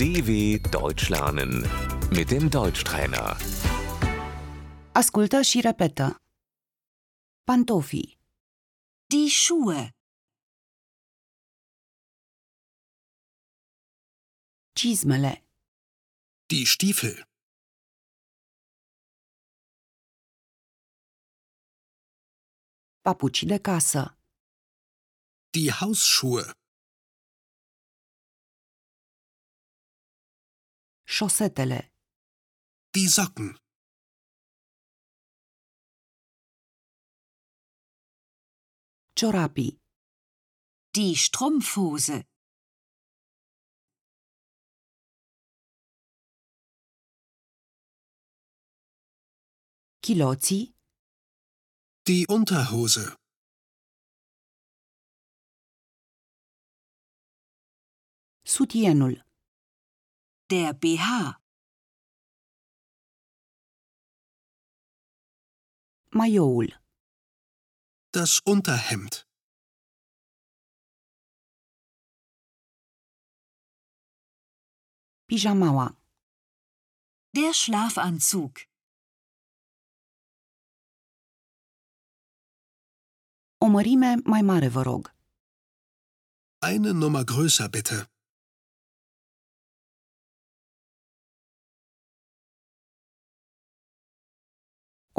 DW Deutsch lernen mit dem Deutschtrainer. Ascultă și repetă. Pantofii, Die Schuhe, cizmele, Die Stiefel, papucii de casă, die Hausschuhe, șosetele, die Socken, ciorapii, die Strumpfhose, chiloții, die Unterhose, sutienul, der BH, maioul, das Unterhemd, pijamaua, der Schlafanzug, o mărime mai mare vă rog, eine Nummer größer bitte.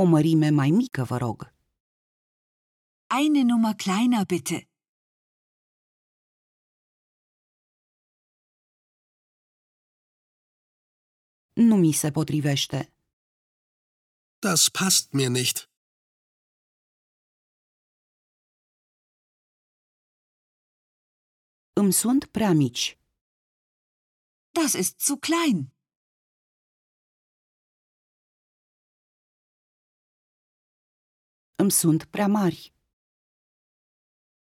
o mărime mai mică vă rog, eine Nummer kleiner bitte, nu mi se potrivește, Das passt mir nicht. îmi sunt prea mici, das ist zu klein, îmi sunt prea mari,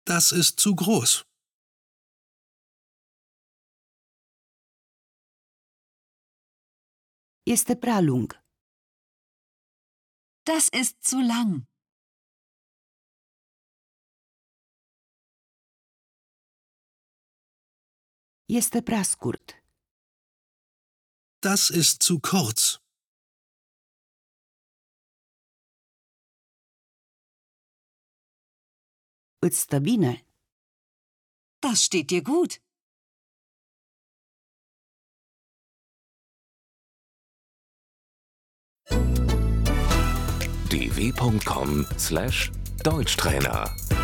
Das ist zu groß. este prea lung, das ist zu lang, este prea scurt, Das ist zu kurz. îți stă bine, das steht dir gut. dw.com/deutschtrainer